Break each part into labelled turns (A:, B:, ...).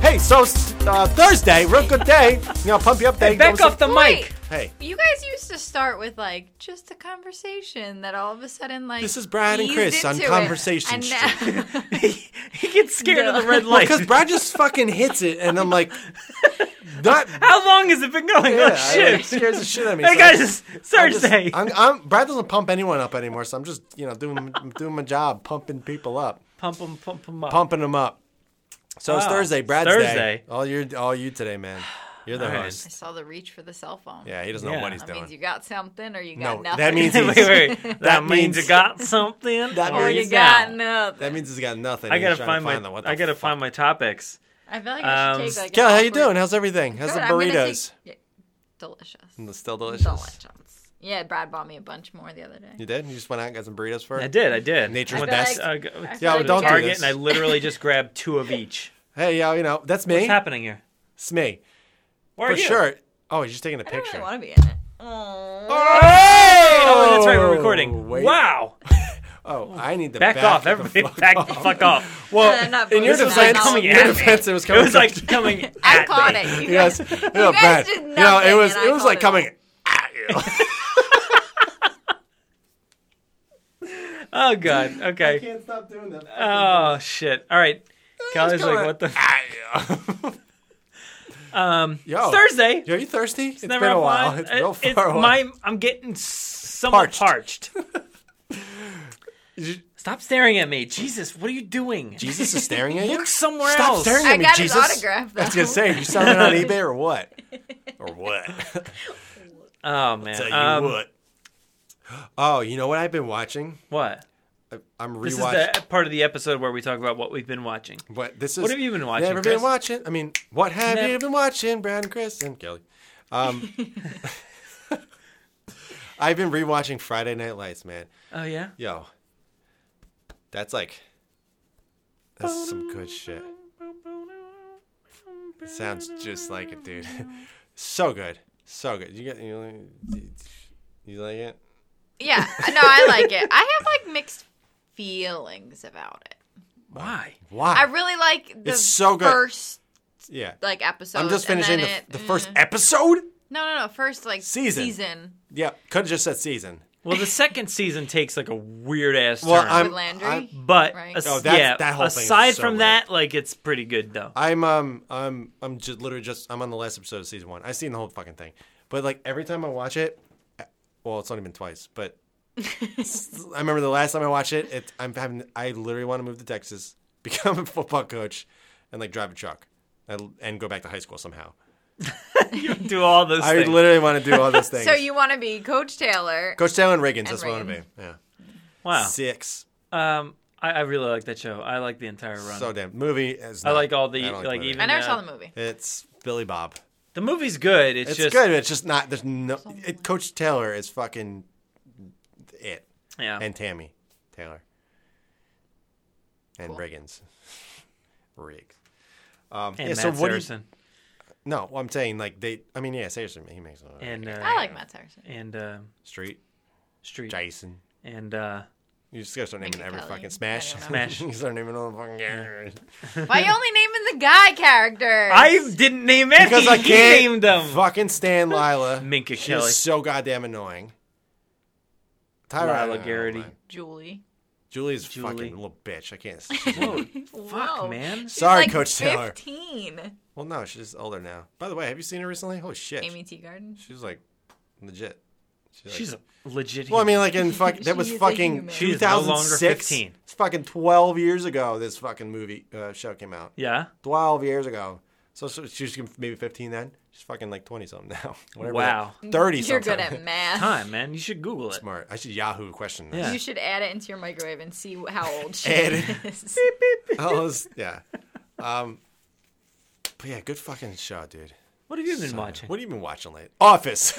A: Hey, so uh, Thursday, real good day. You know, pump you up day.
B: Hey, back
A: That was
B: off the
C: Wait,
B: mic.
A: a- hey,
C: you guys used to start with like just a conversation that all of a sudden like
A: This is Brad and
C: eased
A: Chris on
C: into it.
A: Conversation
C: And
A: Street.
C: now-
B: He gets scared of the red light.
A: because Brad just fucking hits it, and I'm like, not.
B: How long has it been going?
A: Yeah,
B: oh
A: I-
B: shit!
A: it scares the shit out of me.
B: Hey
A: So I'm
B: guys, it's Thursday.
A: I'm, I'm, Brad doesn't pump anyone up anymore, so I'm just you know doing doing my job, pumping people up,
B: pump them, pump them up.
A: pumping them up. So it's
B: Wow.
A: Thursday, Brad's
B: Ah, Thursday.
A: day. All you, all you today, man. You're the
B: All right.
C: I
A: host.
C: saw the reach for the cell phone.
A: Yeah, he doesn't
B: Yeah.
A: know what he's
C: that
A: doing.
C: means you got something or you
A: No,
C: got
A: that
C: nothing.
A: means
B: wait, wait, wait. That means
A: means-
B: you got something.
A: That
B: or
C: or
A: means-
B: you
C: you
B: got.
C: got nothing.
A: that means he's got nothing.
B: I
A: He's
B: gotta
A: trying
B: find
A: to
B: my.
A: find them. What the
B: I gotta
A: fuck?
B: find my topics.
C: I feel like I should
B: Um,
C: take like.
A: Kel,
C: an
A: how you
C: awkward-
A: doing? How's everything? How's
C: Good,
A: the
C: I'm gonna
A: burritos?
C: take- yeah, delicious.
A: Still delicious.
C: Delicious. Yeah, Brad bought me a bunch more the other day.
A: You did? You just went out and got some burritos for
B: I
A: her?
B: did. I did.
A: Nature's
B: I went
A: best.
B: to- I go-
C: I
B: I
C: feel
B: go
C: like
B: to
C: don't do
B: Target
A: this.
B: and I literally just grabbed two of each.
A: Hey, yo, you know, that's me.
B: What's happening here?
A: It's me.
B: Where
A: For
B: are you?
A: sure. Oh, he's just taking a
C: I don't
A: picture.
C: really want to be in it. Oh.
A: Hey!
B: Oh, that's right. We're recording.
A: Wait.
B: Wow.
A: Oh, I need to
B: Back,
A: back,
B: off,
A: the
B: everybody.
A: fuck
B: back
A: off.
B: the fuck off.
C: Uh,
A: Well,
C: not
A: Oh, in your
C: Bruce,
B: This was like
A: defense,
C: not
B: coming
A: in
B: at
A: your
B: me.
A: defense, it was
B: It
A: coming.
B: was like coming
C: I
B: at
C: caught
B: me.
C: it. You
A: yes,
C: guys-
A: you know,
C: guys
A: Brad.
C: did
A: you know, it
C: nothing,
A: was
C: and
A: it
C: I
A: was like
C: called it.
A: coming at you.
B: Oh god. Okay.
A: can't stop doing that.
B: Oh shit. All right. Kelly's like,
A: going-
B: what the? F-?
A: At
B: Um.
A: you. Yo,
B: It's Thursday.
A: Yo, you thirsty? It's
B: never
A: been a
B: up
A: while.
B: on.
A: It's
B: It-
A: real far
B: it's
A: away.
B: my- I'm getting s- somewhat parched.
A: You-
B: Stop staring at me, Jesus! What are you doing?
A: Jesus is staring at you.
B: Look somewhere
A: Stop
B: else.
A: staring
C: I
A: at me,
C: got his
A: Jesus.
C: autograph,
A: I was gonna
C: though.
A: say, you selling it on eBay or what? Or what?
B: Oh man.
A: Tell you
B: Um,
A: what. Oh, you know what I've been watching?
B: What?
A: I- I'm
B: This
A: rewatching.
B: is the part of the episode where we talk about what we've been watching.
A: What this is?
B: What have you been watching,
A: Never
B: Chris?
A: been watching. I mean, what have
B: Never-
A: you been watching, Brad and Chris and Kelly? Um, I've been rewatching Friday Night Lights, man.
B: Oh yeah.
A: Yo, that's like that's some good shit. It sounds just like it, dude. so good, so good. You get you, like- you like it?
C: Yeah, no, I like it. I have like mixed feelings about it.
B: Why?
A: Why?
C: I really like the
A: It's so good.
C: first
A: yeah.
C: like episode.
A: I'm just
C: and
A: finishing the,
C: then it- mm.
A: the first episode.
C: No, no, no. First like
A: Season.
C: Season.
A: Yeah, could have just said season.
B: Well, the second season takes like a weird ass
A: Well,
B: turn.
A: I'm-
C: With Landry.
A: I'm-
B: but
C: Right.
B: as-
A: Oh, that's-
B: yeah,
A: that whole thing is
B: aside
A: so
B: from
A: weird.
B: that, like it's pretty good though.
A: I'm um I'm I'm just literally just I'm on the last episode of season one. I've seen the whole fucking thing, but like every time I watch it, eh, well, it's only been twice, but I remember the last time I watched it, it I'm having I literally want to move to Texas, become a football coach, and like drive a truck, and, and go back to high school somehow.
B: Do all those
A: I
B: things.
A: literally want to do all those things.
C: so you want to be Coach Taylor?
A: Coach Taylor and Riggins, that's
C: And
A: what I want to
C: Riggins.
A: be. Yeah,
B: wow.
A: six.
B: Um, I, I really like that show. I like the entire run.
A: So damn movie. Is
B: I
A: not-
B: like all the
A: I don't
B: like,
A: the movie.
B: even
C: I never
B: uh,
C: saw the movie.
A: It's Billy Bob.
B: The movie's good. It's,
A: It's
B: just
A: good. but It's just not. There's no. It, Coach Taylor is fucking it.
B: Yeah.
A: and Tammy Taylor and Riggins. Riggs. Um, yeah,
B: and Matt
A: so what do you-
B: Saracen.
A: no, well, I'm saying like they. I mean, yeah, Saracen. He makes a
B: and uh,
C: I like Matt Saracen.
B: and uh,
A: Street
B: Street
A: Jason.
B: and uh,
A: You just gotta start naming
C: Mickey
A: every
C: Kelly.
A: fucking smash.
C: I don't
B: know.
A: you start naming all the fucking characters.
C: Why you only naming the guy characters?
B: I didn't name any.
A: because I
B: He
A: can't
B: named them.
A: fucking stand Lila.
B: Minka
A: She's
B: Kelly.
A: so goddamn annoying. Tyra I
B: Lila
A: don't
B: Garrity.
A: mind.
C: Julie.
A: Julie's
B: Julie.
A: fucking little bitch. I can't.
B: Whoa,
C: Whoa.
B: fuck, man.
C: She's
A: Sorry,
C: like
A: Coach Taylor.
C: Fifteen.
A: well, no, she's older now. By the way, have you seen her recently? Holy shit.
C: Amy T. Garden.
A: She's like legit. She's, like-
B: She's a legit.
A: well, I
B: human.
A: mean, like in fuck,
C: She
A: that was
C: is a
A: fucking
C: human.
B: She is no longer
A: 2006.
B: 15.
A: It's fucking 12 years ago. This fucking movie uh, show came out.
B: yeah.
A: 12 years ago. So, so she was maybe 15 then. She's fucking like 20 something now. Whatever.
B: Wow.
A: that- 30
C: You're
A: something.
C: good at math.
B: Time, man. You should Google it.
A: Smart. I should Yahoo question this.
B: Yeah.
C: You should add it into your microwave and see wh- how old she
A: Add
C: is.
A: I was- yeah. Um, but yeah, good fucking show, dude.
B: What have you been watching?
A: What have you been watching late? Office.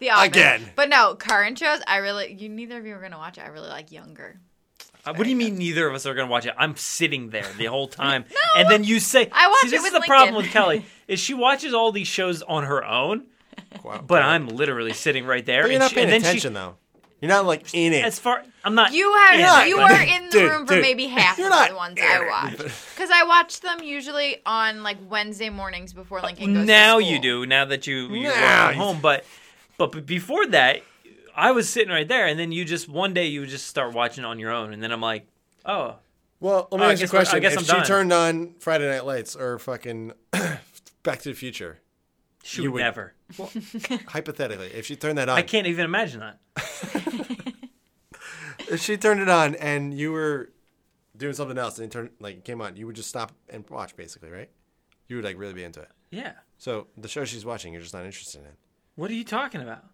C: The Office.
A: Again.
C: But no, current shows. I really, you neither of you are gonna watch it. I really like Younger.
B: Uh, what do you mean neither of us are going to watch it? I'm sitting there the whole time. and then you say,
C: I watch
B: See,
C: it
B: this is
C: with
B: the problem
C: Lincoln.
B: with Kelly is she watches all these shows on her own,
A: Wow.
B: but I'm literally sitting right there.
A: But you're
B: and
A: not
B: she-
A: paying
B: and then
A: attention
B: she,
A: though. You're not like in it.
B: As far I'm not.
C: You have
B: Yeah,
C: you
B: but-
C: were in the
A: Dude,
C: room for
A: dude,
C: maybe half
A: you're
C: of
A: not
C: the ones
A: in
C: I
A: it.
C: watch because I watch them usually on like Wednesday mornings before Lincoln goes. to
B: now you
C: school.
B: do. Now that you you
A: Now
B: work from
A: you-
B: home, but but b- before that, I was sitting right there, and then you just one day you just start watching on your own, and then I'm like, oh,
A: Well, let me
B: Oh, I
A: ask you a
B: guess we're- I
A: question.
B: guess
A: if
B: I'm
A: she
B: done.
A: turned on Friday Night Lights or fucking Back to the Future,
B: shoot,
A: You would-
B: never.
A: hypothetically, if she turned that on,
B: I can't even imagine that.
A: if she turned it on and you were doing something else and it turned like it came on, you would just stop and watch basically, right? You would like really be into it.
B: Yeah.
A: So the show she's watching, you're just not interested in.
B: What are you talking about?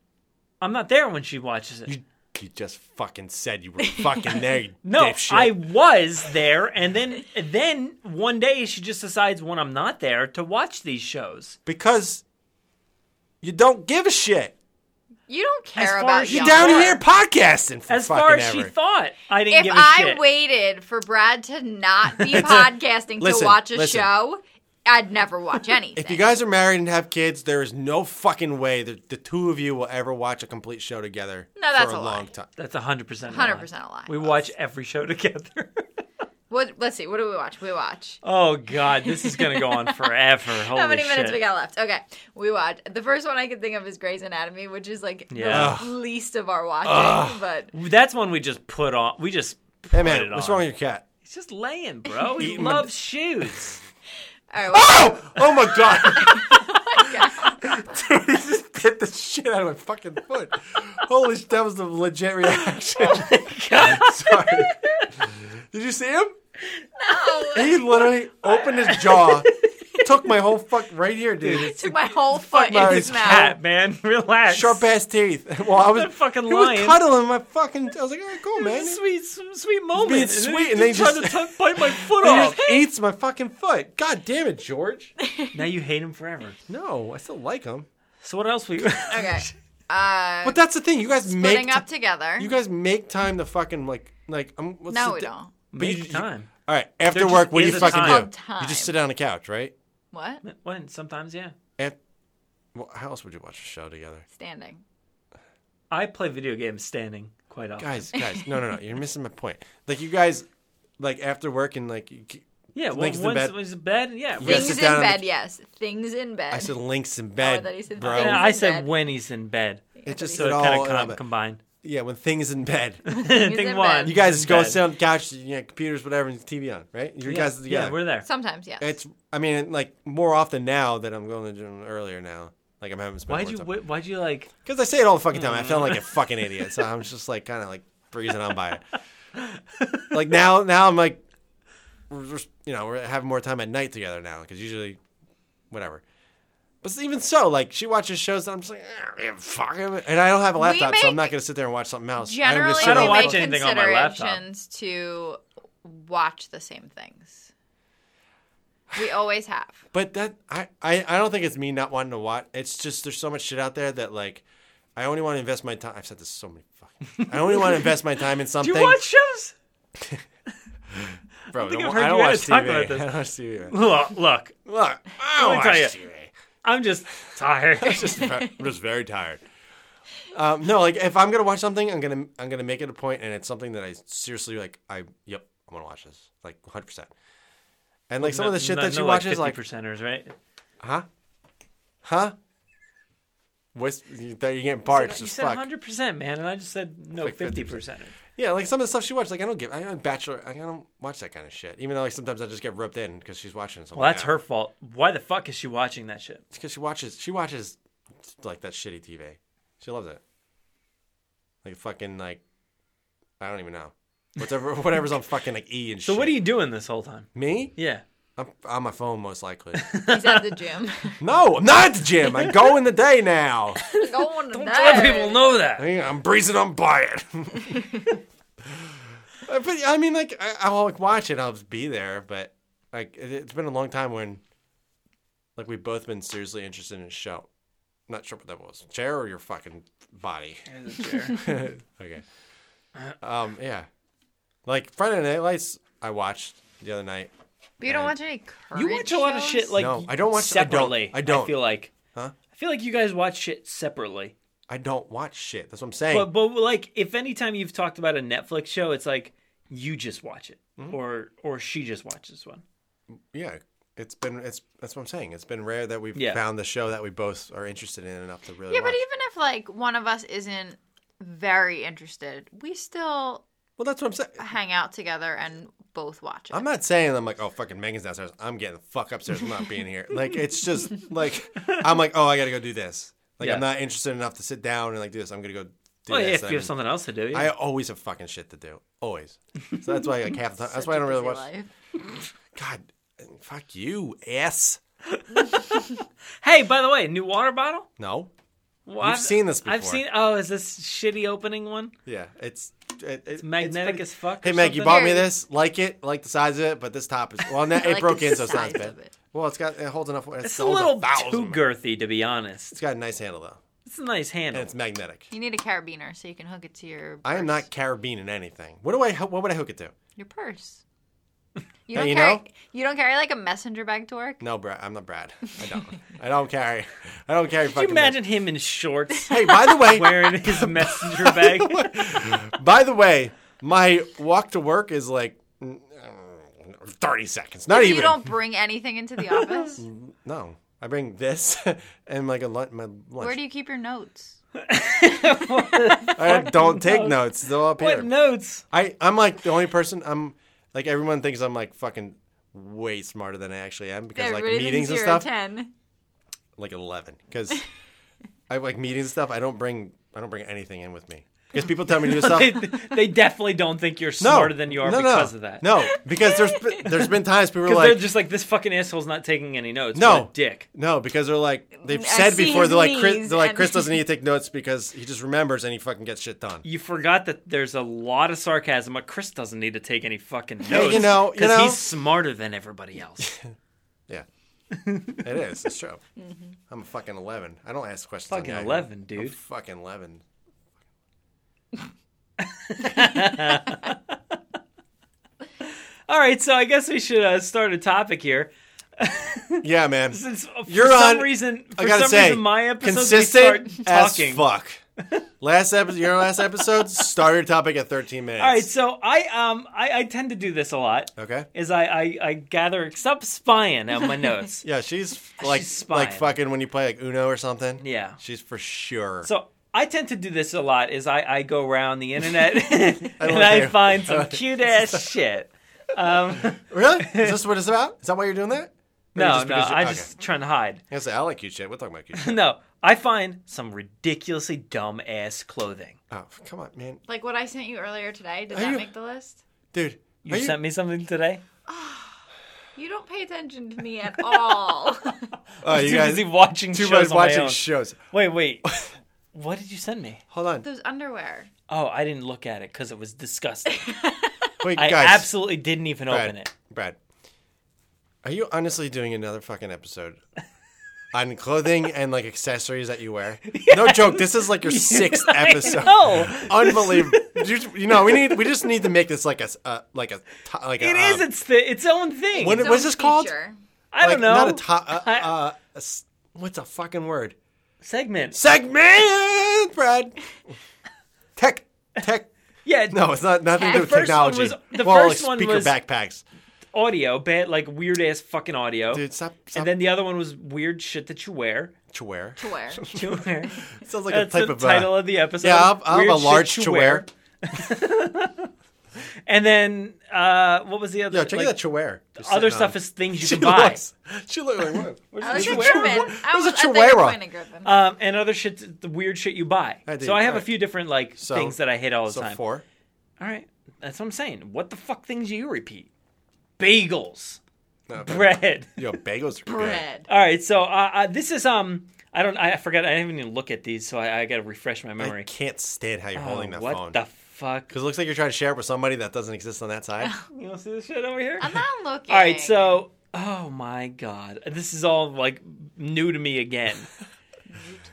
B: I'm not there when she watches it.
A: You you just fucking said you were fucking there. You
B: no,
A: dipshit.
B: I was there, and then then one day she just decides when I'm not there to watch these shows.
A: because you don't give a shit.
C: You don't
B: As
C: care
B: far
C: about
B: as you
A: You're
C: young
A: down
C: women.
A: here podcasting for
B: As
A: fucking
B: far as she
A: ever.
B: thought, I didn't
C: If
B: give a
C: I
B: shit.
C: waited for Brad to not be podcasting
A: listen,
C: to watch a
A: listen.
C: show, I'd never watch anything.
A: If you guys are married and have kids, there is no fucking way that the two of you will ever watch a complete show together
C: No, that's
A: for a,
C: a lie.
A: long time.
B: That's 100% a
C: 100% a lie.
B: We watch every show together.
C: what, let's see. What do we watch? We watch.
B: oh god, this is going to go on forever. Holy
C: How many minutes
B: shit.
C: we got left? Okay, we watch. The first one I can think of is Grey's Anatomy, which is like
B: Yeah.
C: the least of our watching. But
B: That's one we just put on. We just put
A: Hey man,
B: it
A: what's
B: on.
A: wrong with your cat?
B: He's just laying, bro. He
A: Eating
B: loves shoes.
C: all right,
A: Oh, oh my god! Dude, he just hit the shit out of my fucking foot. Holy shit, that was a legit reaction. Sorry. Did you see him?
C: well, no.
A: He literally opened his jaw, took my whole fuck right here, dude. It's
C: took my whole foot in
A: Mary's
C: his mouth.
B: Cat, man, relax.
A: Sharp ass teeth. Well, I was
B: That fucking
A: he was
B: lion.
A: cuddling my fucking. I was like, all right, cool,
B: It
A: man.
B: was a sweet, some sweet moment.
A: It's
B: then
A: sweet,
B: he
A: and they
B: tried
A: just-
B: to t- bite my foot
A: He
B: off.
A: just eats my fucking foot. God damn it, George.
B: now you hate him forever.
A: No, I still like him.
B: So what else we?
C: Okay. Uh,
A: But that's the thing. You guys
C: splitting
A: make
C: up
A: ti-
C: together.
A: you guys make time to fucking like like. I'm, what's
C: no,
A: the
C: we
A: di-
C: don't.
A: But you-
B: Make
A: you-
B: time.
A: All right, after
B: There
A: work,
B: just
A: what do you
B: is a
A: fucking
B: time.
A: do?
C: Called
A: You just
C: time.
A: sit down on the couch, right?
C: What?
B: When sometimes, yeah.
A: And well, how else would you watch a show together?
C: Standing.
B: I play video games standing quite often.
A: Guys, guys, no, no, no, you're missing my point. Like you guys, like after work and like, you, ke-
B: yeah, well,
A: Links
B: once
A: in bed.
B: it was in bed, yeah.
A: You guys
C: Things
A: sit
C: in
A: down on the-
C: bed, yes. Things in bed.
A: I said links in bed,
C: Oh, thought you said
A: bro.
C: things.
B: Yeah, I
C: in
B: said
C: bed.
B: when he's in bed.
A: It just
B: So
A: it
B: it
A: all.
B: kind of
A: all-
B: combined.
A: yeah, when things in bed.
C: in
B: Thing
C: bed.
B: one.
A: You guys just go
B: bed.
A: sit on the couch, you know, computers, whatever, and TV on, right? You
B: Yeah,
A: guys together.
B: Yeah, we're there.
C: Sometimes, yes.
A: It's I mean like more often now that I'm going to the gym earlier now. Like I'm having to spend
B: Why'd you? Mm.
A: more time.
B: wh- Why'd you like?
A: Because I say it all the fucking time. I feel like a fucking idiot, so I'm just like kind of like breezing on by it. Like now, now I'm like, we're, just- you know, we're having more time at night together now because usually, whatever. But even so, like she watches shows that I'm just like, "Eh, fuck it," and I don't have a
C: We
A: laptop, so I'm
C: make-
A: not gonna sit there and watch something else. I'm gonna
C: Generally,
A: sit
B: I don't
A: on
C: we
A: my
B: watch
A: phone.
C: make
B: anything on my laptop.
C: considerations to watch the same things. We always have.
A: But that I, I I don't think it's me not wanting to watch. It's just there's so much shit out there that like I only want to invest my time. I've said this so many fucking. I only want to invest my time in
B: Do
A: something.
B: you watch shows?
A: Bro,
B: think
A: don't-
B: I've heard
A: I don't
B: you
A: watch
B: guys talk
A: TV.
B: about this.
A: I don't watch TV.
B: Look, look,
A: Look, I don't
B: Let me
A: watch
B: tell you.
A: TV.
B: I'm just tired.
A: I'm just, ve- I'm just very tired. Um, no, like if I'm gonna watch something, I'm gonna I'm gonna make it a point, and it's something that I seriously like. I yep, I'm gonna watch this like 100. percent And like some of the shit that she watches,
B: like
A: like
B: 50 percenters, right?
A: huh, huh. What's, you're getting parched
B: you
A: as
B: said
A: fuck.
B: 100 percent, man, and I just said no
A: Like
B: 50
A: 50%.
B: percent.
A: Yeah, like some of the stuff she watched, like I don't give. I don't bachelor. I don't watch that kind of shit. Even though like sometimes I just get roped in because she's watching. Something.
B: Well, that's her fault. Why the fuck is she watching that shit?
A: because she watches. She watches like that shitty TV. She loves it. Like fucking like, I don't even know. Whatever, whatever's on fucking like E and
B: So
A: shit.
B: what are you doing this whole time?
A: Me?
B: Yeah,
A: I'm on my phone most likely.
C: He's at the gym.
A: no, I'm not at the gym. I go in the day now.
C: Going
B: don't let people know
A: I
B: that.
A: mean, I'm breezing on by it. Uh, but I mean, like I, I'll like, watch it. I'll just be there. But like it, it's been a long time when like we've both been seriously interested in a show. not sure what that was. Chair or your fucking body. okay. Um. Yeah. Like Friday Night Lights, I watched the other night.
C: But you don't watch any current
B: You watch a lot of
C: shows?
B: shit like
A: No, I don't watch- I don't.
B: separately.
A: I don't.
B: feel like
A: Huh?
B: I feel like you guys watch shit separately.
A: I don't watch shit. That's what I'm saying.
B: But but like if anytime you've talked about a Netflix show, it's like you just watch it,
A: Hmm?
B: or or she just watches one.
A: yeah, it's been it's that's what I'm saying. It's been rare that we've
B: Yeah.
A: found the show that we both are interested in enough to really.
C: Yeah,
A: watch.
C: but even if like one of us isn't very interested, we still
A: well, that's what I'm saying.
C: hang out together and both watch it.
A: I'm not saying I'm like, oh, fucking Megan's downstairs. I'm getting the fuck upstairs. I'm not being here. Like, it's just like, I'm like, oh, I got to go do this. Like,
B: Yeah.
A: I'm not interested enough to sit down and like do this. I'm going to go do
B: well, yeah,
A: this.
B: if you have
A: And
B: something else to do, yeah.
A: I always have fucking shit to do. Always. So that's why, like, half the time, that's why I don't really watch. God, fuck you, ass.
B: hey, by the way, new water bottle.
A: No.
B: Well,
A: You've seen this
B: I've
A: before.
B: seen. Oh, is this shitty opening one?
A: Yeah. It's, it, it- it's
B: Magnetic
A: pretty-
B: as fuck. or
A: Hey, Meg, you
B: something?
A: bought me
C: Very-
A: this. Like it. Like the size of it, but this top is, well, now,
C: I
A: it
C: like
A: broke
C: the
A: in, so it's not as
C: size
A: bad.
C: of it.
A: Well, it's got, it holds enough. It
B: It's a
A: holds
B: little too
A: thousand.
B: girthy, to be honest.
A: It's got a nice handle, though.
B: It's a nice handle.
A: And it's magnetic.
C: You need a carabiner so you can hook it to your. Purse.
A: I am not carabining anything. What do I? What would I hook it to?
C: your purse. You
A: Now
C: don't
A: you
C: carry.
A: know.
C: You don't carry like a messenger bag to work.
A: No, Brad. I'm not Brad. I don't. I don't carry. I don't carry.
B: Could
A: fucking
B: you imagine him in shorts
A: Hey, by the way,
B: wearing his messenger bag?
A: by the way, my walk to work is like mm, thirty seconds. Not even.
C: You don't bring anything into the office.
A: No, I bring this and like a lunch. My lunch.
C: Where do you keep your notes?
A: I don't take
B: notes?
A: notes. They're all up here.
B: What notes?
A: I I'm like the only person. I'm like everyone thinks I'm like fucking way smarter than I actually am because like
C: Everybody
A: meetings
C: thinks
A: and
C: you're
A: stuff.
C: A ten.
A: like at 11 because I like meetings and stuff. I don't bring I don't bring anything in with me because people tell me to do stuff.
B: They, they definitely don't think you're
A: No,
B: smarter than you are
A: no, no,
B: because of that.
A: No, because there's been- there's been times people are
B: Because
A: like
B: they're just like this fucking asshole's not taking any notes.
A: No.
B: what a dick.
A: no because they're like they've
C: I
A: said
C: see
A: before
C: his
A: they're like Chris,
C: knees
A: they're like
C: and-
A: Chris doesn't need to take notes because he just remembers and he fucking gets shit done.
B: You forgot that there's a lot of sarcasm. But Chris doesn't need to take any fucking notes.
A: you know- you
B: 'cause
A: know.
B: he's smarter than everybody else.
A: Yeah, it is. It's true. I'm a fucking 11. I don't ask questions. on
B: Mm-hmm. Fucking
A: Yahoo.
B: 11,
A: I'm
B: dude.
A: fucking 11.
B: All right, so I guess we should uh, start a topic here.
A: Yeah, man.
B: Since uh, for
A: You're
B: some
A: on-
B: reason, for
A: I gotta
B: some
A: say,
B: reason, my episodes
A: consistent
B: we start
A: as
B: talking.
A: fuck. Last episode, your last episode, starter topic at 13 minutes.
B: All right, so I um I, I tend to do this a lot.
A: Okay.
B: Is I I, I gather stop spying on my notes.
A: Yeah, she's like
B: spying.
A: like fucking when you play like Uno or something.
B: Yeah.
A: she's for sure.
B: So I tend to do this a lot. Is I I go around the internet and
A: like
B: I
A: you.
B: find
A: I
B: some
A: like-
B: cute ass shit. Um,
A: really? Is this what it's about? Is that why you're doing that? Maybe
B: no,
A: just
B: no,
A: because you-
B: I'm
A: okay.
B: just trying to hide.
A: I say I like cute shit. We're talking about cute shit.
B: No, I find some ridiculously dumb ass clothing.
A: Oh, come on, man,
C: Like what I sent you earlier today. Did
A: Are
C: that
A: you-
C: make the list?
A: dude.
B: You
A: are
B: sent me something today.
C: You don't pay attention to me at all.
A: Oh, you
B: too
A: guys
B: busy watching
A: too
B: shows
A: much
B: on my
A: watching
B: own.
A: shows.
B: Wait, wait. what did you send me?
A: Hold on,
C: Those underwear.
B: Oh, I didn't look at it because it was disgusting.
A: wait,
B: I
A: guys.
B: absolutely didn't even
A: Brad,
B: open it.
A: Brad, are you honestly doing another fucking episode? On clothing and like accessories that you wear. No joke. This is like your sixth episode.
B: No,
A: Unbelievable. you, you know, we need we just need to make this like a s- uh, like a to- like a,
B: it is
A: um,
B: its th- its own thing.
A: What-
C: Its
A: what's
C: own
A: this called?
C: feature.
B: I
A: like,
B: don't know.
A: Not a top. Uh,
B: I-
A: uh, a s- what's a fucking word?
B: Segment.
A: Segment, Brad. Tech, tech.
B: Yeah,
A: No, it's not nothing to do with
B: The first one
A: technology.
B: was- the
A: Well,
B: first one
A: like speaker
B: was-
A: backpacks.
B: audio, bad like weird ass fucking audio.
A: Dude, stop. stop
B: and then the other one was weird shit that you wear.
A: to wear.
C: To wear.
B: To wear.
A: Sounds like
B: That's
A: a type
B: the
A: of uh,
B: title of the episode.
A: yeah, I'll- I'll have
B: Weird
A: a large
B: shit
A: to
B: you
A: wear.
B: and then uh, what was the other?
A: Yeah, check
B: like,
A: out that to wear. Just
B: other
A: sitting
B: stuff
A: on.
B: is things you
A: She
B: can buy.
A: looks. She looks like what?
B: What
C: I
B: is
C: was
B: it,
C: Oh, a
B: you wear?
C: German.
A: Those
C: I
A: are
C: was, I thought you were
A: Chihuahua.
C: trying to grip him.
B: Um, and other shit, the weird shit you buy.
A: I do,
B: so I have a
A: alright.
B: few different like
A: So-
B: things that I hit all the
A: So
B: time.
A: four.
B: All right, that's what I'm saying. What the fuck things do you repeat? Bagels,
A: No,
B: bread.
A: Yo, bagels are good.
C: Bread.
B: All right, so uh, uh, this is um, I don't, I forgot, I didn't even look at these, so I, I got to refresh my
A: I
B: memory.
A: can't stand how you're
B: Oh,
A: holding that
B: what
A: phone.
B: the fuck?
A: Because it looks like you're trying to share it with somebody that doesn't exist on that side.
B: You don't see this shit over here?
C: I'm not looking.
B: All right, so oh my god, this is all like new to me again.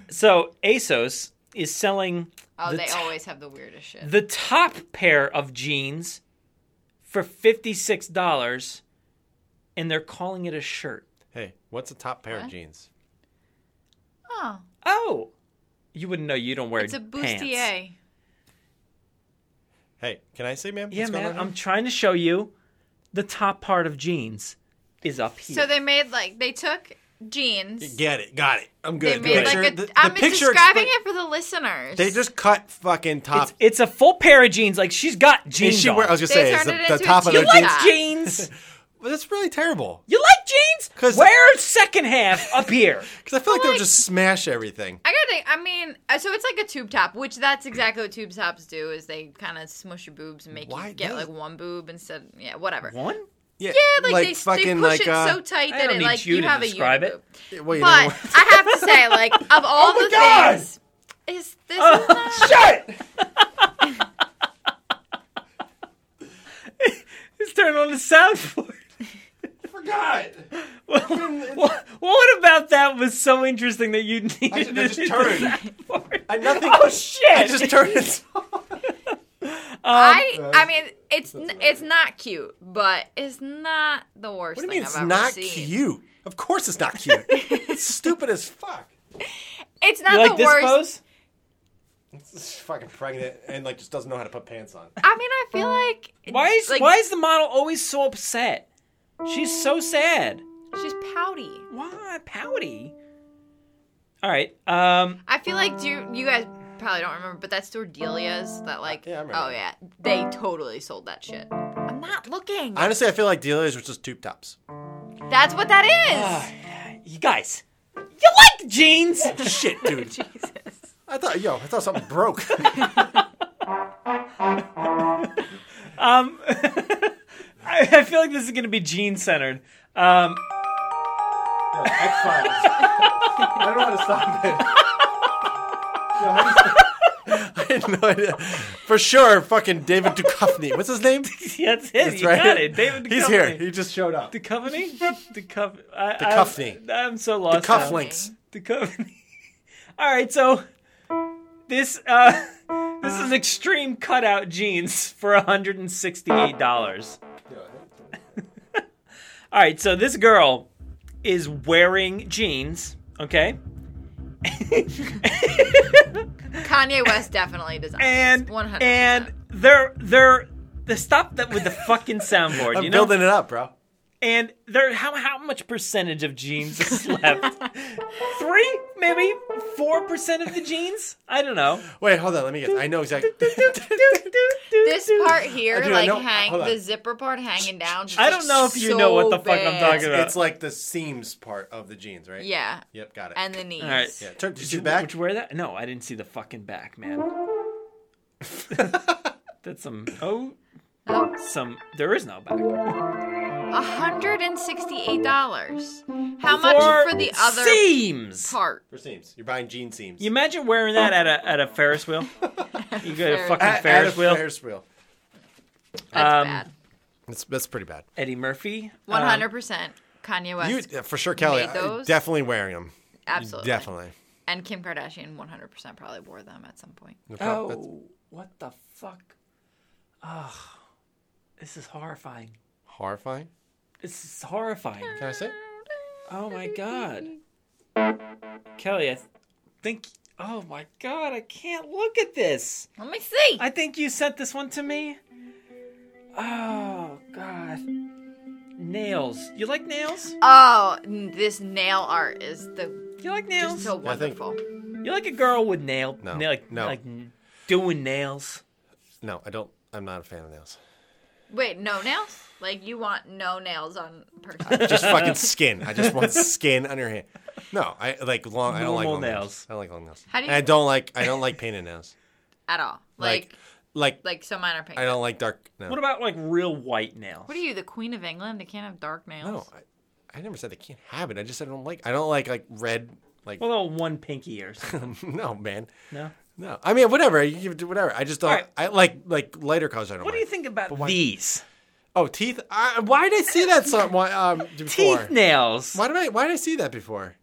B: so ASOS is selling
C: Oh,
B: the
C: they
B: t-
C: always have the weirdest shit.
B: the top pair of jeans for fifty six dollars, and they're calling it a shirt.
A: Hey, what's a top pair of
C: What?
A: jeans?
C: oh,
B: Oh, You wouldn't know. You don't wear
C: It's a
B: pants.
C: bustier.
A: Hey, can I see, ma'am?
B: Yeah,
A: what's going
B: man.
A: on here?
B: I'm trying to show you the top part of jeans is up here.
C: So they made like they took jeans.
A: Get it. Got it. I'm
C: They
A: good.
C: made
A: good.
C: like a.
A: The- the
C: I'm
A: picture
C: describing
A: expla-
C: it for the listeners.
A: They just cut fucking top.
B: it's, it's a full pair of jeans. Like she's got jeans.
A: Is she
B: on.
A: wear, I was just
C: They
A: saying, it's
C: turned
A: the,
C: it
A: the
C: into a
A: top of
B: you
A: their
C: jean
B: like
A: jeans.
C: top.
B: jeans?
A: Well, that's really terrible.
B: You like jeans?
A: 'Cause-
B: Wear second half up here.
A: Because I feel like they would
C: like-
A: just smash everything.
C: I gotta think. I mean, uh, so it's like a tube top, which that's exactly what tube tops do. Is they kind of smush your boobs and make
A: Why
C: you get
A: does-
C: like one boob instead. Yeah, whatever.
B: One?
A: Yeah,
C: Yeah, like, they, they push it so tight
B: I
C: that
B: don't
C: it
B: need
C: like
B: you
C: you,
B: to
C: have a
B: describe it.
C: uniboob.
A: uh, Well, you
C: But
A: know, Oh
C: I have to say, like, of all
B: my
C: the
B: God!
C: things, is this not-
B: Shut it! Let's turn on the soundboard.
A: I forgot.
B: Well, what, what about that was so interesting that you needed
A: I just- I just
B: to-
A: turned.
B: soundboard?
A: I nothing.
B: Oh shit! Um,
A: I just turned it.
C: I, I mean, it's n- it's not cute, but it's not the worst
A: What do you mean
C: thing
A: it's
C: I've
A: not
C: ever seen.
A: cute? Of course it's not cute. it's stupid as fuck.
C: It's not
B: you like
C: the
B: this
C: worst.
B: pose?
A: It's just fucking pregnant and like just doesn't know how to put pants on.
C: I mean, I feel
A: Uh-huh.
C: like
B: Why is
C: like,
B: why is the model always so upset? She's so sad.
C: she's pouty?
B: Why pouty? All right. Um.
C: I feel like do you, you guys probably don't remember, but that store Delia's that like
A: Yeah, I remember.
C: oh yeah, they totally sold that shit. I'm not looking.
A: Honestly, I feel like dealers are just tube tops.
C: That's what that
A: Ah.
C: is.
B: You guys, you like jeans?
A: Shit, dude.
C: Jesus.
A: I thought, yo, I thought something broke.
B: Um, I, I feel like this is gonna be jean centered. Um,
A: I don't know how to stop it. I had no idea. For sure, fucking David Duchovny. What's his name?
B: yeah, that's it. you got it, David.
A: He's
B: Duchovny.
A: here. He just showed up.
B: Duchovny. Duchovny.
A: Duchovny.
B: I'm, I'm so lost. now.
A: Cuff links.
B: Duchovny. All right, so this uh, this is extreme cutout jeans for 168 dollars. All right, so this girl is wearing jeans, okay?
C: Kanye West definitely does.
B: and
C: 100%.
B: and they're they're the stop that with the fucking soundboard,
A: I'm
B: you know?
A: building it up, bro.
B: And there, how how much percentage of jeans is left? Three, maybe four percent of the jeans. I don't know.
A: Wait, hold on. Let me get. I know exactly.
C: this part here,
A: I do, I
C: like
A: know-
C: hang
A: hold on.
C: the zipper part hanging down. just
B: I don't
C: looks
B: know if you
C: so
B: know what the fuck I'm
C: bad.
B: talking about.
A: it's like the seams part of the jeans, right?
C: Yeah,
A: Yep, got it.
C: and the knees.
B: right.
A: yeah, turn. Did you see the
B: Would
A: back?
B: you wear that? No, I didn't see the fucking back, man. That's some oh
C: Oh,
B: some. There is no back.
C: $168. How much for the other
B: seams.
C: part?
A: For seams. You're buying jean seams.
B: You imagine wearing that at a at a Ferris wheel? You go to
C: Ferris.
B: fucking
A: At- at
B: Ferris
A: a
B: wheel.
A: Ferris wheel.
C: That's
B: Um,
C: bad.
A: That's that's pretty bad.
B: Eddie Murphy. um,
C: 100% Kanye West.
A: You yeah, for sure, Kelly.
C: made
A: I-
C: those?
A: Definitely wearing them.
C: absolutely.
A: Definitely.
C: And Kim Kardashian 100% probably wore them at some point.
A: No problem. That's-
B: oh, what the fuck? Oh, this is horrifying.
A: horrifying.
B: This is horrifying.
A: Can I say? it?
B: Oh my god, Kelly. I th- think. Oh my god, I can't look at this.
C: Let me see.
B: I think you sent this one to me. Oh god, nails. You like nails?
C: oh, n- this nail art is the
B: You like
C: just
B: nails?
C: so
A: I think-
C: wonderful.
B: You like a girl with nail,
A: No.
B: nail like,
A: No.
B: like doing nails.
A: No, I don't. I'm not a fan of nails.
C: Wait, no nails? Like you want no nails on person.
A: Just fucking skin. I just want skin on your hand. No, I like long. I don't like
B: Normal
A: long nails.
B: nails.
A: I don't like long nails.
C: How do you-
A: And I don't like. I don't like painted nails.
C: at all.
A: Like,
C: Like
A: like,
C: like so mine are pink.
A: I don't like dark. No,
B: What about like real white nails?
C: What are you, the Queen of England? They can't have dark
A: no.
C: nails.
A: I, I never said I can't have it. I just said I don't like. I don't like like red. Like
B: Well, little one pinky or something.
A: no, man.
B: No.
A: No, I mean whatever. You can do whatever. I just don't.
B: Alright.
A: I like like lighter colors. I don't.
B: What do you
A: like.
B: think about
A: why-
B: these
A: Oh, teeth. I, why did I see that some, why, um, before?
B: teeth nails?
A: Why did I? Why did I see that before?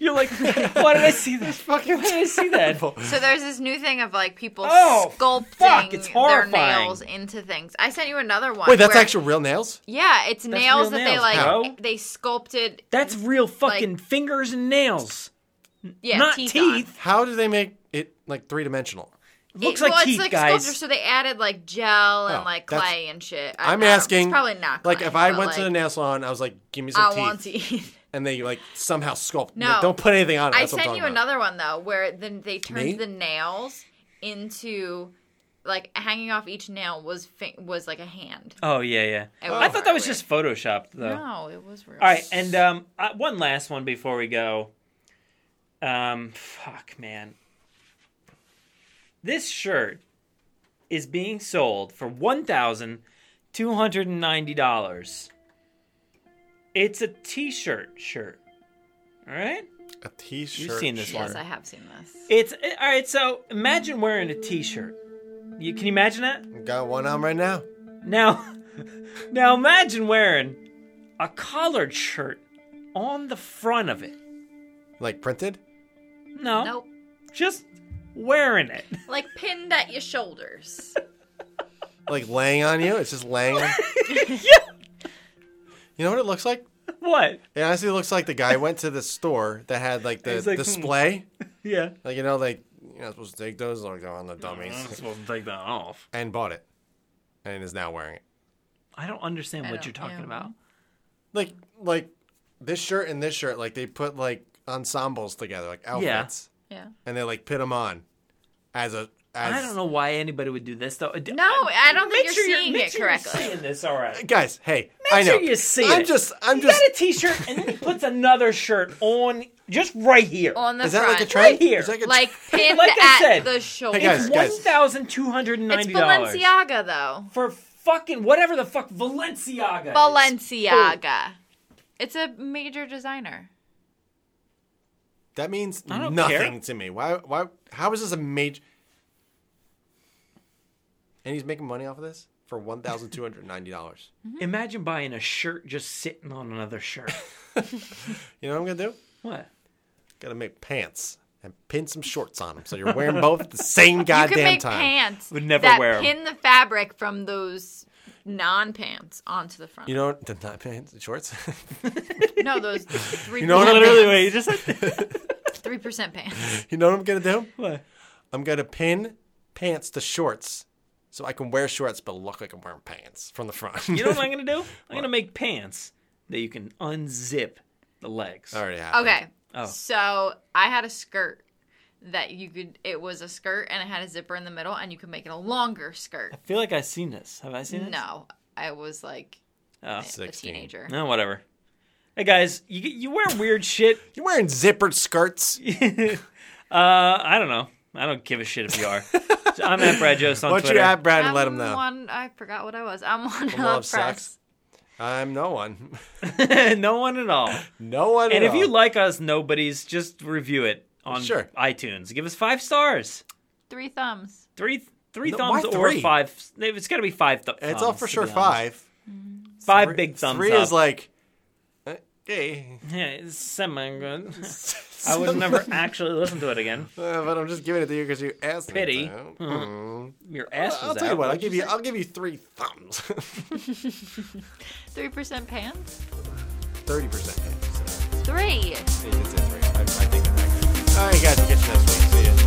B: You're like, why did I see that?
A: Fucking.
B: Why did I see that?
C: So there's this new thing of like people
B: Oh,
C: sculpting
B: fuck, it's
C: their
B: horrifying.
C: nails into things. I sent you another one.
A: Wait, that's
C: where-
A: actual real nails.
C: Yeah, it's
B: real
C: nails that they
B: nails,
C: like
B: bro.
C: they sculpted.
B: That's real fucking fingers and nails.
C: Yeah,
B: not
C: teeth.
B: teeth.
C: on.
A: How do they make it like three dimensional?
B: Looks
C: It-
B: like
C: well,
B: teeth,
C: it's like
B: guys.
C: sculpture, so they added like gel and
A: Oh,
C: like
A: that's-
C: clay and shit. I,
A: I'm
C: I don't- it's
A: asking.
C: probably not.
A: Like
C: clay,
A: if I
C: but,
A: went to the
C: like,
A: nail salon, I was like, "Give me some
C: I
A: teeth,"
C: want teeth.
A: and they like somehow sculpt.
C: No.
A: Like, don't put anything on it.
C: I
A: That's what I'm
C: sent
A: talking
C: you
A: about.
C: another one though, where then they turned
A: Me?
C: the nails into like hanging off each nail was fi- was like a hand.
B: Oh yeah, yeah.
C: It
B: I thought that was
C: really
B: just photoshopped though.
C: weird. no, it was real.
B: All right, and um, uh, one last one before we go. Um, fuck, man. This shirt is being sold for one thousand two hundred and ninety dollars. It's a T-shirt shirt. All right.
A: A T-shirt.
B: You've seen this
C: yes,
B: one.
C: I have seen this.
B: It's eh, all right. So imagine wearing a T-shirt. You can you imagine that?
A: Got one on right now.
B: Now, now imagine wearing a collared shirt on the front of it.
A: Like printed.
B: No,
C: Nope,
B: just wearing it.
C: like pinned at your shoulders.
A: Like laying on you. It's just laying. on- You know what it looks like?
B: What?
A: It honestly looks like the guy went to the store that had like the
B: He's like, hmm.
A: display.
B: Yeah.
A: Like you know, like you're not supposed to take those or go on the dummies,
B: supposed to take that off.
A: and bought it, and is now wearing it.
B: I don't understand
C: I
B: what
C: don't-
B: you're talking
C: yeah.
B: about.
A: Like like this shirt and this shirt, like they put like ensembles together, like outfits,
C: Yeah.
A: and they like pit them on as a as.
B: I don't know why anybody would do this though. D-
C: No, I don't
B: make
C: think you're
B: sure
C: seeing
B: make
C: it
B: sure you're
C: correctly.
B: seeing this all right.
A: Guys, hey, I
B: Make
A: know.
B: sure you see
A: I'm
B: it.
A: just I'm
B: He
A: just.
B: got a T-shirt and then he puts another shirt on, just right here.
C: On the
A: Is that
C: front,
A: like a trend?
B: Right here.
A: Is that like a
C: like pinned
B: Like I
C: at
B: said,
C: the
B: it's
C: shoulder.
A: guys, guys.
B: One thousand two hundred and
C: it's
B: ninety dollars
C: Balenciaga though.
B: for fucking whatever the fuck Valenciaga. is.
C: Balenciaga. It's a major designer.
A: that means
B: I don't
A: nothing
B: care.
A: to me. Why why? How is this a major? And he's making money off of this for one thousand two hundred ninety dollars.
B: Imagine buying a shirt just sitting on another shirt.
A: You know what I'm gonna do?
B: what?
A: Gotta make pants and pin some shorts on them so you're wearing both at the same
C: You
A: goddamn
C: can make
A: time.
C: pants
B: Would never
C: that
B: wear 'em.
C: pin the fabric from those non-pants onto the front.
A: You know what? The not pants, the shorts.
C: no, those three.
A: know what I'm
B: Literally, wait, you just said
C: three percent pants.
A: you know what I'm gonna do?
B: what?
A: I'm gonna pin pants to shorts so I can wear shorts but look like I'm wearing pants from the front.
B: You know what I'm gonna do? I'm gonna make pants that you can unzip the legs.
A: already happened.
C: Okay.
B: Oh.
C: So I had a skirt that you could. It was a skirt and it had a zipper in the middle, and you could make it a longer skirt.
B: I feel like I've seen this. Have I seen this?
C: No, I was like
B: Oh.
C: a
A: 16.
C: teenager.
B: No, whatever. Hey guys, you get- you wear weird shit.
A: You're wearing zippered skirts.
B: uh, I don't know. I don't give a shit if you are. So I'm at Brad Jost on
A: Why don't
B: Twitter.
A: you at Brad and
C: I'm
A: let him know?
C: One, I forgot what I was. I'm one
A: Love
C: love
A: sucks.
C: press.
A: I'm no one.
B: no one at all.
A: No one.
B: And
A: at
B: if you
A: all.
B: like us, nobody's just review it on
A: Sure.
B: iTunes. Give us five stars.
C: Three thumbs.
B: Three three
A: No,
B: thumbs
A: why
B: or
A: three?
B: five. It's got to be five. Th-
A: it's all
B: thumbs,
A: for
B: to
A: sure
B: be honest.
A: five.
B: Five
A: Three-
B: big thumbs.
A: Three
B: up.
A: is like, uh, okay.
B: yeah, it's semi good. I would never actually listen to it again.
A: Uh, but I'm just giving it to you because you asked
B: Pity. Uh-huh.
A: me. to. Mm.
B: Your ass was
A: I'll
B: out.
A: tell you what. I'll
B: What'd
A: give
B: you
A: you. I'll give you three thumbs.
C: Three percent pants?
A: Thirty percent.
C: Three.
A: All right, guys. We'll get you next week. See ya.